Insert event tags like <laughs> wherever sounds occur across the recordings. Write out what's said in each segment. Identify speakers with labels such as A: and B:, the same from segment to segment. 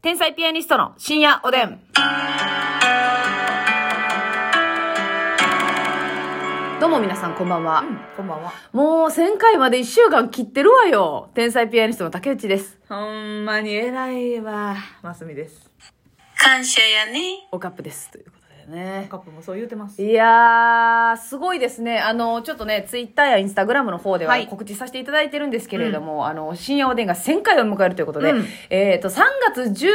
A: 天才ピアニストの深夜おでん。どうも皆さん、こんばんは。
B: こんばんは。
A: もう1000回まで1週間切ってるわよ。天才ピアニストの竹内です。
B: ほんまに偉いわ。ますみです。
C: 感謝やね。
A: おカップです。ということでね
B: カ。ップもそう言うてます。
A: いやー、すごいですね。あの、ちょっとね、ツイッターやインスタグラムの方では
B: はい
A: 告知させていただいてるんですけれども、あの、深夜おでんが1000回を迎えるということで、
B: うん
A: えっ、と、3月15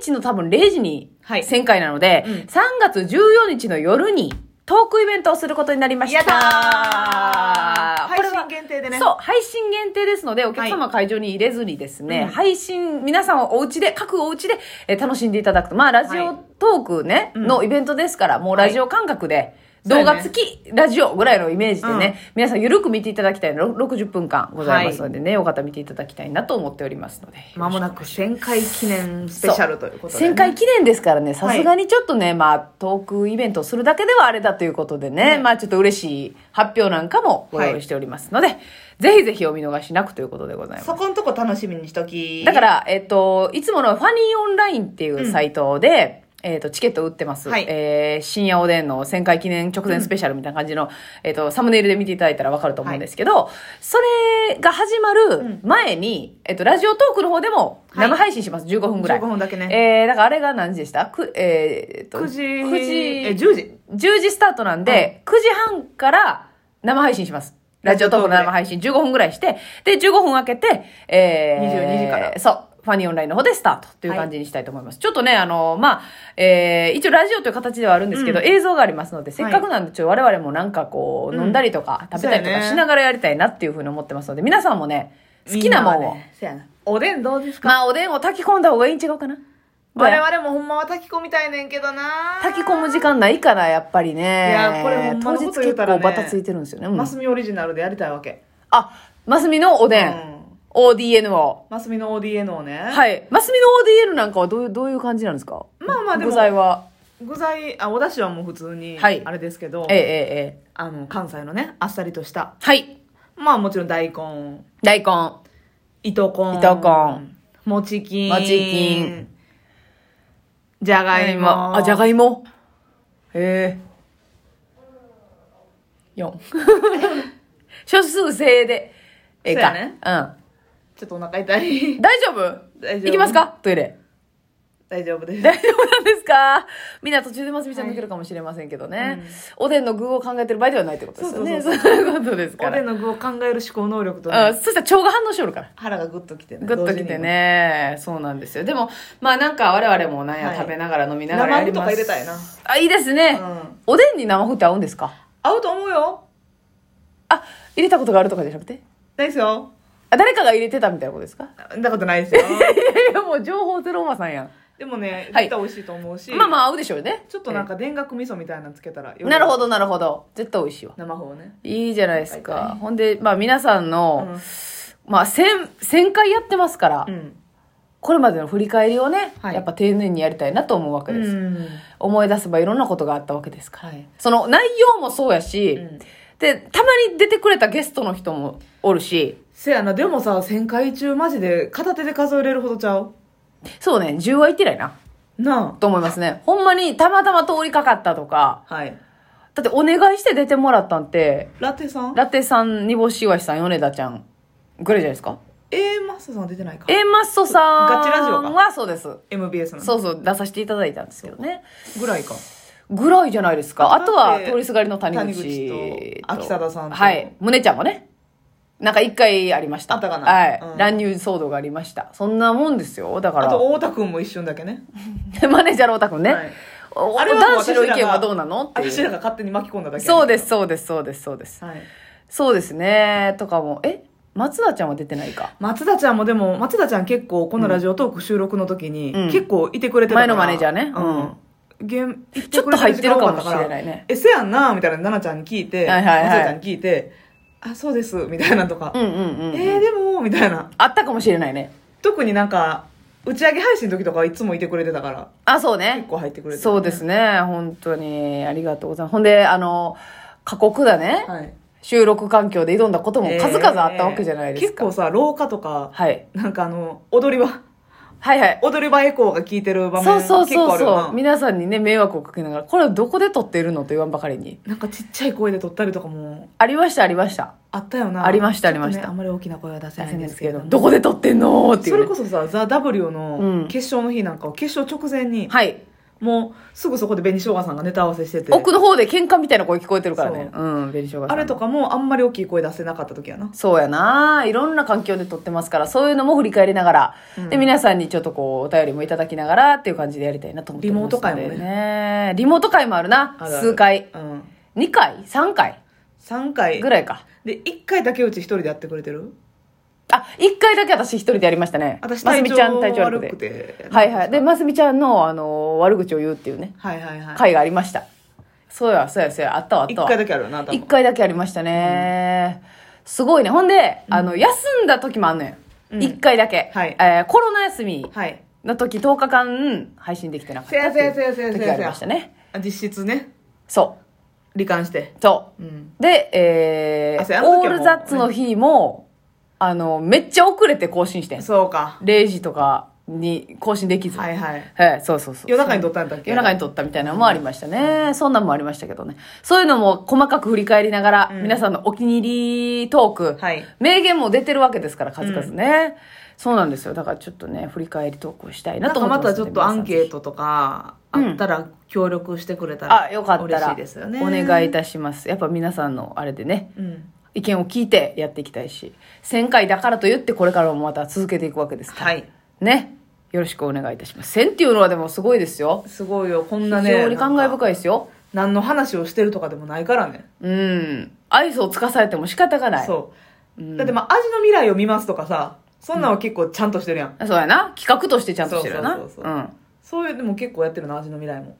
A: 日の多分0時に
B: はい
A: 1000回なので、
B: うん
A: 3月14日の夜にトークイベントをすることになりました。
B: 配
A: これは
B: 信限定でね。
A: そう、配信限定ですので、お客様会場に入れずにですね、
B: うん
A: 配信、皆さんはお家で、各お家で、えー楽しんでいただくと。まあ、ラジ
B: は
A: オ
B: い
A: トークね、
B: うん
A: のイベントですから、もうラジオ感覚で、
B: そう
A: 動
B: やね
A: 画付き、ラジオぐらいのイメージでね、
B: うん
A: 皆さんゆるく見ていただきたいの、ろ60分間ございますのでね、よかったら見ていただきたいなと思っておりますので。
B: まもなく1000回記念スペシャルということで、
A: 1000回記念ですからね、さすがにちょっとね、まあ、トークイベントをするだけではあれだということでね、
B: ね
A: まあ、ちょっと嬉しい発表なんかもご用意しておりますので、ぜひぜひお見逃しなくということでございます
B: そ。こんとこ楽しみにしとき。
A: だか、ら、えっと、いつものファニーオンラインっていうサイトで、えっと、チケット売ってます。
B: はい
A: えー深夜おでんの1000回記念直前スペシャルみたいな感じの、えっと、サムネイルで見ていただいたらわかると思うんですけど、それが始まる前に、えっと、ラジオトークの方でも
B: はい
A: 生配信します。15分ぐらい。
B: 15分だけね
A: えー、だからあれが何時でしたく、えー、えっと、
B: 9時、え、
A: 9時、
B: 10時。
A: 10時スタートなんで、9時半から生配信します。ラジオトークの生配信15分ぐらいして、で、15分開けて、え
B: 22時から
A: そう。ファニーオンラインの方でスタートという感じにしたいと思います。ちょっとね、あの、まあ、えー一応ラジオという形ではあるんですけど、映像がありますので、せっかくなんで、ちょ、我々もなんかこう、
B: うん
A: 飲んだりとか、食べたりと
B: そう
A: か
B: やね
A: しながらやりたいなっていうふうに思ってますので、皆さんもね、好きなもんを、
B: みはねせやな。おでんどうですか
A: まあ、おでんを炊き込んだ方がいいん違うかな。
B: 我々もほんまは炊き込みたいねんけどな
A: 炊き込む時間ないから、やっぱりね。
B: いやこれほんま
A: 当
B: の
A: 日
B: こと言
A: 結
B: うたら
A: 構
B: ね
A: バタついてるんですよね。うん
B: マスミオリジナルでやりたいわけ。
A: あ、マスミのおでん。
B: うん
A: ODN を。
B: マスミの ODN をね。い。
A: はい。マスミの ODN なんかはどういう、どういう感じなんですか
B: まあまあでも
A: 具材は。
B: 具材、あ、お出汁はもう普通に、
A: はい
B: あれですけど、
A: ええええええ。
B: あの、関西のね、あっさりとした。
A: はい。
B: まあもちろん大根。
A: 大根。
B: 糸こん。
A: 糸こん。
B: もちきん。
A: もちきん。
B: じゃがいも。
A: あ、じゃが
B: い
A: いも。へえ。4。少数精鋭で。ええか。
B: そうやね
A: うん。
B: も。ちょっとお腹痛
A: <laughs>
B: い。
A: 大丈夫
B: 大丈夫
A: いきますかトイレ。
B: 大丈夫です。
A: 大丈夫なんですかみんな途中でますみちゃん抜けるかもしれませんけどね、おでんの具を考えてる場合ではないってことですよね。そ
B: そうう
A: いうことですか
B: おでん
A: ら。
B: の具を考える思考能力とね、
A: うん、そしたら腸が反応しよるから。
B: 腹がグッときてね。
A: グッときてね。そうなんですよ。でも、まあなんか我々もなんや
B: はい
A: 食べながら飲み
B: 同
A: なが
B: 時に。
A: らや
B: 生
A: り
B: 麩と
A: ま
B: か
A: す。
B: 入れたいな。
A: あ、いいですね、
B: うん
A: おでんに生麩って合うんですか
B: 合うと思うよ。
A: あ、入れたことがあるとかじゃなくて
B: ないですよ。
A: あ、誰かが入れてたみたいなことです
B: <laughs>
A: か
B: そんなことないですよ。
A: いやいや、もう情報ゼロおばさんやん。
B: でもね、
A: はい
B: 絶対美味しいと思うし。
A: まあまあ合うでしょうね。
B: ちょっとなんか田楽味噌みたいなのつけたらよ
A: え
B: り
A: え。なるほど、なるほど。絶対美味しいわ。
B: 生麩をね。
A: いいじゃないです
B: はい
A: か。ほんで、まあ皆さんの、
B: うん
A: まあ1000、1000回やってますから、
B: うん。
A: これまでの振り返りをね、
B: はい
A: やっぱ丁寧にやりたいなと思うわけです。
B: うん
A: 思い出せばいろんなことがあったわけですから。
B: はい
A: その内容もそうやし、
B: ん
A: で、たまに出てくれたゲストの人もおるし、
B: せやな、でもさ、1000回中マジで片手で数えれるほどちゃう
A: そうね、10はいってないな、
B: な
A: と思いますね。ほんまにたまたま通りかかったとか、
B: あ。はい。
A: だってお願いして出てもらったんて、
B: ラテさん
A: ラテさん、煮干し岩井さん、米田ちゃん、ぐらいじゃないですか。
B: A マッソさん出てないか。
A: A マッソさん
B: ガチラジオか
A: はそうです。
B: MBS の。
A: そうそう、出させていただいたんですけどね。
B: ぐらいか。
A: ぐらいじゃないですか。あ
B: だって
A: とは、通りすがりの谷口
B: 谷口と秋貞さんと
A: はい。胸ちゃんもね。なんか一回ありました。
B: あったかな
A: はい、
B: うん
A: 乱入騒動がありました。そんなもんですよ。だか
B: あ
A: ら
B: と、、太田くんも一瞬だけね。
A: <laughs> マネージャーの太田くんね。
B: はい
A: お
B: あれはもう
A: 男子の意
B: 私
A: 見
B: らが
A: はどうなのってい
B: 私ら
A: う。
B: が勝手に巻き込んだだけ。
A: そうです、そうです、そうです、そうです。
B: はい。
A: そうですね。とかも、え松田ちゃんは出てないか。
B: 松田ちゃんもでも、松田ちゃん結構、このラジオトーク収録の時に、
A: うん
B: 結構いてくれてたか
A: 前
B: ら
A: のマネージャーねう
B: うんん。現
A: ちょっと入ってるかもしれないね。
B: え、せやんなみたいな、奈々ちゃんに聞いて、
A: はいはいはい
B: 松田ちゃんに聞いて、あ、そうです、みたいなとか
A: う、んうんうんうん。
B: えー、でも、みたいな。
A: あったかもしれないね。
B: 特になんか、打ち上げ配信の時とかはいつもいてくれてたから、
A: あ、そうね
B: 結。構入ってくれてた
A: そうですね。本当に、ありがとうございます。ほんで、あの、過酷だね。
B: はい。
A: 収録環境で挑んだことも数々あったわけじゃないですか。
B: えー結構さ、廊下とか、
A: はい。
B: なんかあの、踊り場、 <laughs>
A: はいはい。
B: 踊り場エコーが効いてる場面
A: そうそう
B: 結構
A: そ
B: あ
A: う
B: るよ
A: そ
B: な
A: う。皆さんにね、迷惑をかけながら、これをどこで撮ってるのと言わんばかり
B: <laughs>
A: に。
B: なんかちっちゃい声で撮ったりとかも
A: ありました、ありました。
B: あったよな
A: ありました
B: ちょっとね
A: ありました
B: あんまり大きな声は出せ
A: 大
B: ない
A: 変
B: んで
A: ですす
B: け
A: け
B: れど
A: ど、
B: も
A: どこで撮ってんのってい、
B: そう
A: ね。
B: れこそさ「ザ・ w
A: う
B: の
A: ん
B: 決勝の日なんかは決勝直前に、
A: はい。
B: もうすぐそこで紅しょうがさんがネタ合わせしてて
A: 奥の方で喧嘩みたいな声聞こえてるからね。うん、紅生姜さ
B: あ
A: ん。
B: れとかもあんまり大きい声出せなかった時やな
A: そうやないろんな環境で撮ってますから、そういうのも振り返りながら、
B: うん
A: で、皆さんにちょっとこう、お便りもいただきながらっていう感じでやりたいなと思ってますので、
B: リモート会もね
A: ね。リモート会もあるな。
B: あるある
A: 数回。
B: うん
A: 2回 ?3 回
B: 3回
A: ぐらいか。
B: で1回だけうち1人でやってくれてる
A: あ、1回だけ私一人でやりましたね。
B: 私
A: ます
B: 体
A: み
B: 調
A: ちゃん体調悪
B: 悪
A: く
B: く
A: て。
B: て
A: はいはい。で、ますみちゃんの、あのー悪口を言うっていうね、
B: はいはいはい
A: 会がありました。そうや、そうや、そうや、あったわ、あった
B: 1
A: わ。
B: 回だけあるよな多
A: 一
B: 分
A: 回だけありましたね、すごいねほんで、あの休んだ時もあんのよ、
B: うん
A: 一回だけ、
B: はい
A: えーコロナ休み
B: はい
A: の時10日間配信できてなかった
B: せやせやせやせやせ
A: 時
B: や
A: があ
B: せ
A: りま
B: や
A: したね
B: 実質ね
A: そ
B: 罹患して
A: うそ
B: うん
A: うでえ
B: あそうあ
A: ー、
B: の時
A: オ
B: はも
A: ー
B: う
A: ルザッツの日も、あのめっちゃ遅れて更新してん
B: そうか
A: 0時とかに更新できず
B: はいはい
A: はい、そうそうそう。
B: 夜中に撮ったんだっけ
A: 夜中に撮ったみたいなのもありましたね。そんなんもありましたけどね。そういうのも細かく振り返りながら、
B: うん
A: 皆さんのお気に入りトーク、
B: はい
A: 名言も出てるわけですから、数々ね。そうなんですよ。だからちょっとね、振り返りトークをしたいな
B: なん
A: と
B: か
A: 思っ
B: ま
A: てます
B: たち
A: の
B: ょ
A: で
B: っとアンケー。
A: 皆さんぜ
B: トとかあったら協力してくれた
A: ひ
B: ら
A: あ、よかったら、
B: 嬉しいですよね
A: お願いいたします。やっぱ皆さんのあれでね、
B: うん
A: 意見を聞いてやっていきたいし、1000回だからと言ってこれからもまた続けていくわけですから。
B: はい
A: ね。よろしくお願いいたします。1000っていうのはでもすごいですよ。
B: すごいよこん
A: 非
B: なね
A: 常に感慨
B: なんか
A: 深いですよ。
B: 何の話をしてるとかでもないからね
A: うん。愛想をつかされても仕方がない。
B: そう、だってまあ味の未来を見ますとかさそんなんは結構ちゃんとしてるやん、
A: そうやな。企画としてちゃんとしてるよな。
B: そうそうそう
A: う。
B: そうんそういうのも結構やってるな味の未来も、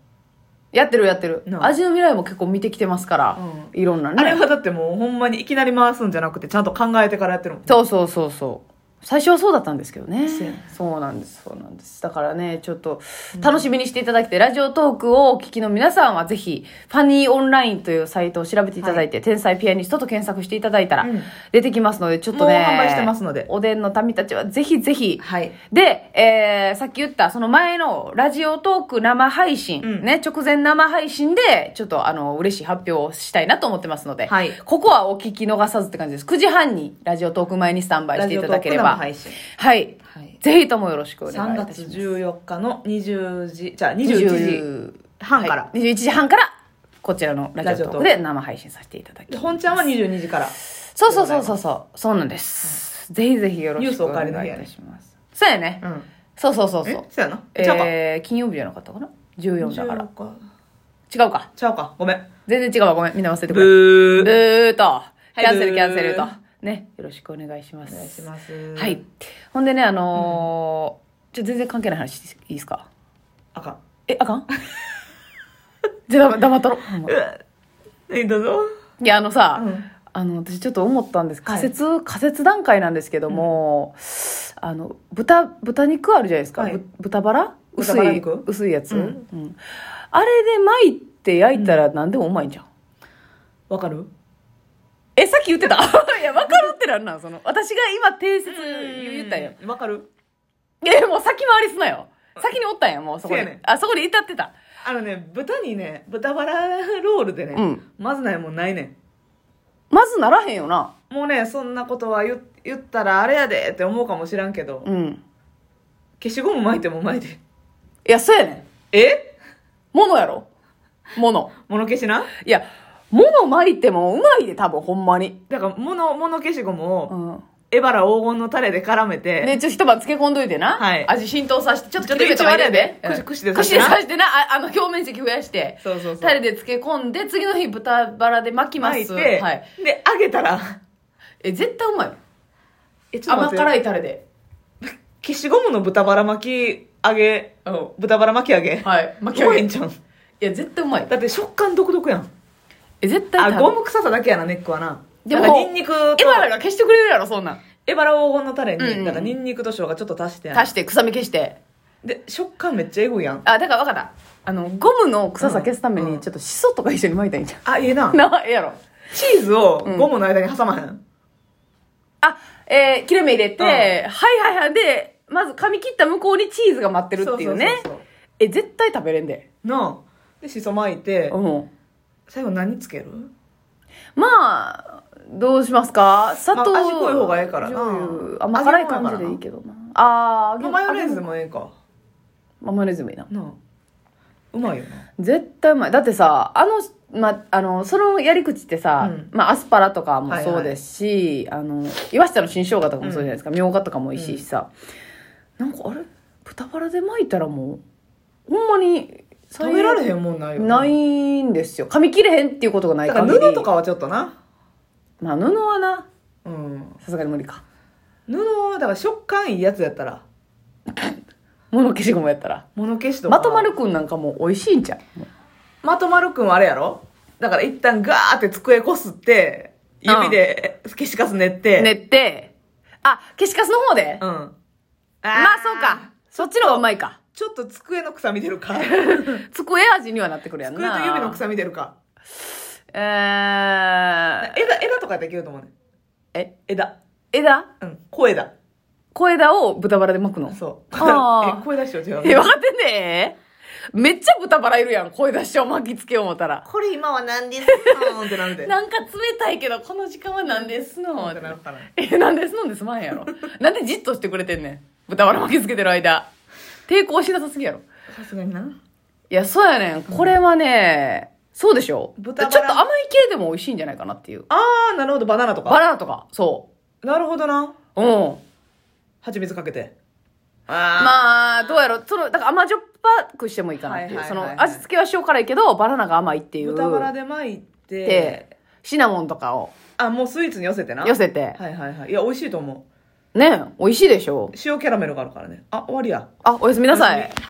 A: やってるやってる。
B: なあ
A: 味の未来も結構見てきてますから。
B: う
A: いろんなね。
B: あれはだってもうほんまにいきなり回すんじゃなくてちゃんと考えてからやってるもん
A: そうそうそうそう。最初はそうだったんですけどね
B: そうやね。
A: そうなんです、そうなんです。だからね、ちょっと楽しみにしていただきて、ラジオトークをお聞きの皆さんはぜひ、ファニーオンラインというサイトを調べていただいて、天才ピアニストと検索していただいたら
B: うん
A: 出てきますので、ちょっとね、
B: もう販売してますので
A: おでんの民たちはぜひぜひ、
B: はい
A: で、えーさっき言った、その前のラジオトーク生配信、
B: うん
A: ね、直前生配信で、ちょっとあの、嬉しい発表をしたいなと思ってますので、
B: はい
A: ここはお聞き逃さずって感じです。9時半にラジオトーク前にスタンバイしていただければ。
B: ラジオトーク生配信
A: はい。
B: はい
A: ぜひともよろしくお願いい
B: 3
A: たします。
B: 月14日の20時じゃあ21時半から
A: はい、21時半から、こちらのラジオトーク
B: ラ
A: で生配信させていただき
B: で
A: ます。
B: 本ちゃんは22時から
A: そうそうそうそうそう。そうなんです。ぜひぜひよろしくお願いいたします。そうやね。
B: ん
A: そうそうそうそ
B: え
A: う。
B: そうやなちゃうか、
A: えー、金曜日じゃなかったかな14だから
B: 14
A: 違うか
B: ちゃうかごめん
A: 全然違うわごめんみんな忘れてくれ
B: ブ
A: ブ
B: ー
A: ーとキャンセル
B: ブー
A: キャンセルとねよろしくお願いします
B: お願いします
A: はいほんでねあのーちょ全然関係ない話いいですか
B: あかん
A: えあかん <laughs> じゃあ黙っ
B: <laughs>
A: とろほんま
B: えどうぞ
A: いやあのさ、
B: うん
A: あの私ちょっと思ったんです
B: はい
A: 仮説、仮説段階なんですけども、あの豚豚肉あるじゃないですか、
B: はい
A: ぶ豚バラ
B: 豚
A: 薄
B: バラ
A: い
B: 肉
A: 薄いやつ、
B: う
A: うんんあれで巻いて焼いたら何でもうまいんじゃん、
B: わかる
A: えさっき言ってた <laughs> いや分かるってなんなんその私が今定説言ったんや、
B: うんわかる
A: えもう先回りすなよ先におったんやもうそこ
B: せやね
A: で
B: ん
A: あそこで至ってた
B: あのね豚にね豚バラロールでね、
A: うん
B: まずないもんないね
A: まずならへんよなん
B: もうねそんなことは言言ったらあれやでって思うかもしらんけど、
A: うん
B: 消しゴム巻いても巻いて
A: いやそうやねん
B: え
A: ものやろもの
B: 物消しない
A: やもの巻いてもうまいで多分ほんまに
B: だから物物消しゴム
A: う
B: を
A: ん
B: エバラ黄金のタレで絡めて、
A: で、ちょっと一晩漬け込んどいてな。
B: はい
A: 味浸透させて、ちょっと
B: ちょっと
A: 切れ目か入れて
B: 一応あれやで
A: うん
B: 串で刺
A: 串
B: して
A: で
B: な
A: 刺してな。ああの、表面積増やして。
B: そうそうそう
A: タレで漬け込んで、次の日豚バラで巻きます。
B: 巻いて、
A: はい。
B: で揚げたら <laughs>
A: え、絶対うまいよ。
B: えちょっと
A: 甘
B: 待って
A: 辛いタレで。
B: 消しゴムの豚バラ巻き揚げ
A: うん。
B: 豚バラ巻き揚げ、
A: はい。
B: う
A: 巻き上
B: ま
A: げ。
B: いん
A: い
B: じゃん
A: や、絶対うまい。
B: だって食感独特やん
A: え、絶対
B: あ
A: 食べ
B: ゴム臭さだけやなネックはな
A: で
B: で
A: も
B: もニンニクと
A: エバラが消してくれるやろ、そんなん。
B: エバラ黄金のタレに、
A: うんうんうん
B: だからニンニクと生姜ちょっと足してやん
A: 足して、臭み消して。
B: で食感めっちゃエグいやん
A: あ、だから分かった。あの、ゴムの臭さ消すため
B: うんうん
A: に、ちょっとシソとか一緒に巻いたらいいんじゃ。
B: あええな
A: <laughs>
B: ん
A: な、ええやろ。
B: チーズをゴムの間に挟まへん、
A: あ、えー切れ目入れて、
B: うん
A: はいはいはい。で、まず噛み切った向こうにチーズが待ってるっていうね。
B: そうそうそうそ
A: え、絶対食べれんで。
B: うなあでしそ巻いて、
A: うん。
B: 最後何つける
A: まあ、どうしますか砂糖。
B: まあ味濃い方がええからな
A: 醤油。あ、まあ、辛い感じでいいけどな。あー、
B: まあマヨネーズで
A: も。
B: もええか
A: まあマヨネーズもいいな。
B: なあうまいよな
A: 絶対うまい。だってさ、あの、ま、あの、そのやり口ってさ、
B: うん
A: まあ、アスパラとかもそうですし、あの、岩下の新生姜とかもそうじゃないですか。みょうがとかも美味しいしさ。なんかあれ豚バラで巻いたらもう、ほんまに、
B: 食べられへんもんないよ
A: ないんですよ。噛み切れへんっていうことがない
B: だから
A: 限り。
B: 布と。かはちょっとな
A: まあ、布はな、
B: うん
A: さすがに無理か。
B: 布はだから食感いいやつやったら
A: 物消しゴムやったら。
B: 物消しとか
A: まとまるくんなんかもう美味しいんちゃうもう
B: まとまるくんはあれやろだから一旦ガーって机こすって、指で消しカス練って。
A: 練って、あ、消しカスの方で、
B: うん。
A: まあそうか。。そっちの方がうまいか。
B: ちょっと机の草見てる
A: <laughs>
B: か。
A: 机味にはなってくるやん
B: 机
A: な。
B: と指の草見てるか。
A: えー、
B: 枝、枝とかできると思うね。
A: え、
B: 枝。
A: 枝
B: うん。小枝。
A: 小枝を豚バラで巻くの。
B: そう。
A: あー
B: <laughs> え、小枝しよう違
A: え、
B: う。
A: 分かってんねめっちゃ豚バラいるやん。声出しを巻きつけよう思ったら。
B: これ今は何ですかってなるで。
A: なんか冷たいけど、この時間は何ですの
B: ってなるから。
A: え、なんですのんですまへんやろ。なんでじっとしてくれてんねん。豚バラ巻きつけてる間。抵抗しなさすぎやろ。
B: さすがにな。
A: いや、そうやねん。これはね、そうでしょ
B: 豚バラ
A: ちょっと甘い系でも美味しいんじゃないかなっていう。
B: あー、なるほど。バナナと
A: バ
B: か。
A: ナナとか、そ
B: なるほどな。
A: う。うん。
B: 蜂蜜かけて。あ
A: まあ、どうやろう。その、だから甘じょっぱくしてもいいかなっていう。
B: はい
A: そ
B: はいはいはい
A: の、味付けは塩辛いけど、バナナが甘いってい
B: ー。
A: う。
B: 豚バラで巻いて。
A: で、シナモンとかを
B: あ、もうスイーツに寄せてな。
A: 寄せて。
B: はいはいはい。いや、美味しいと思う。
A: ね、美味しいでしょ。
B: 塩キャラメルがあるからね。あ、終わりや。
A: あ、おやすみなさい。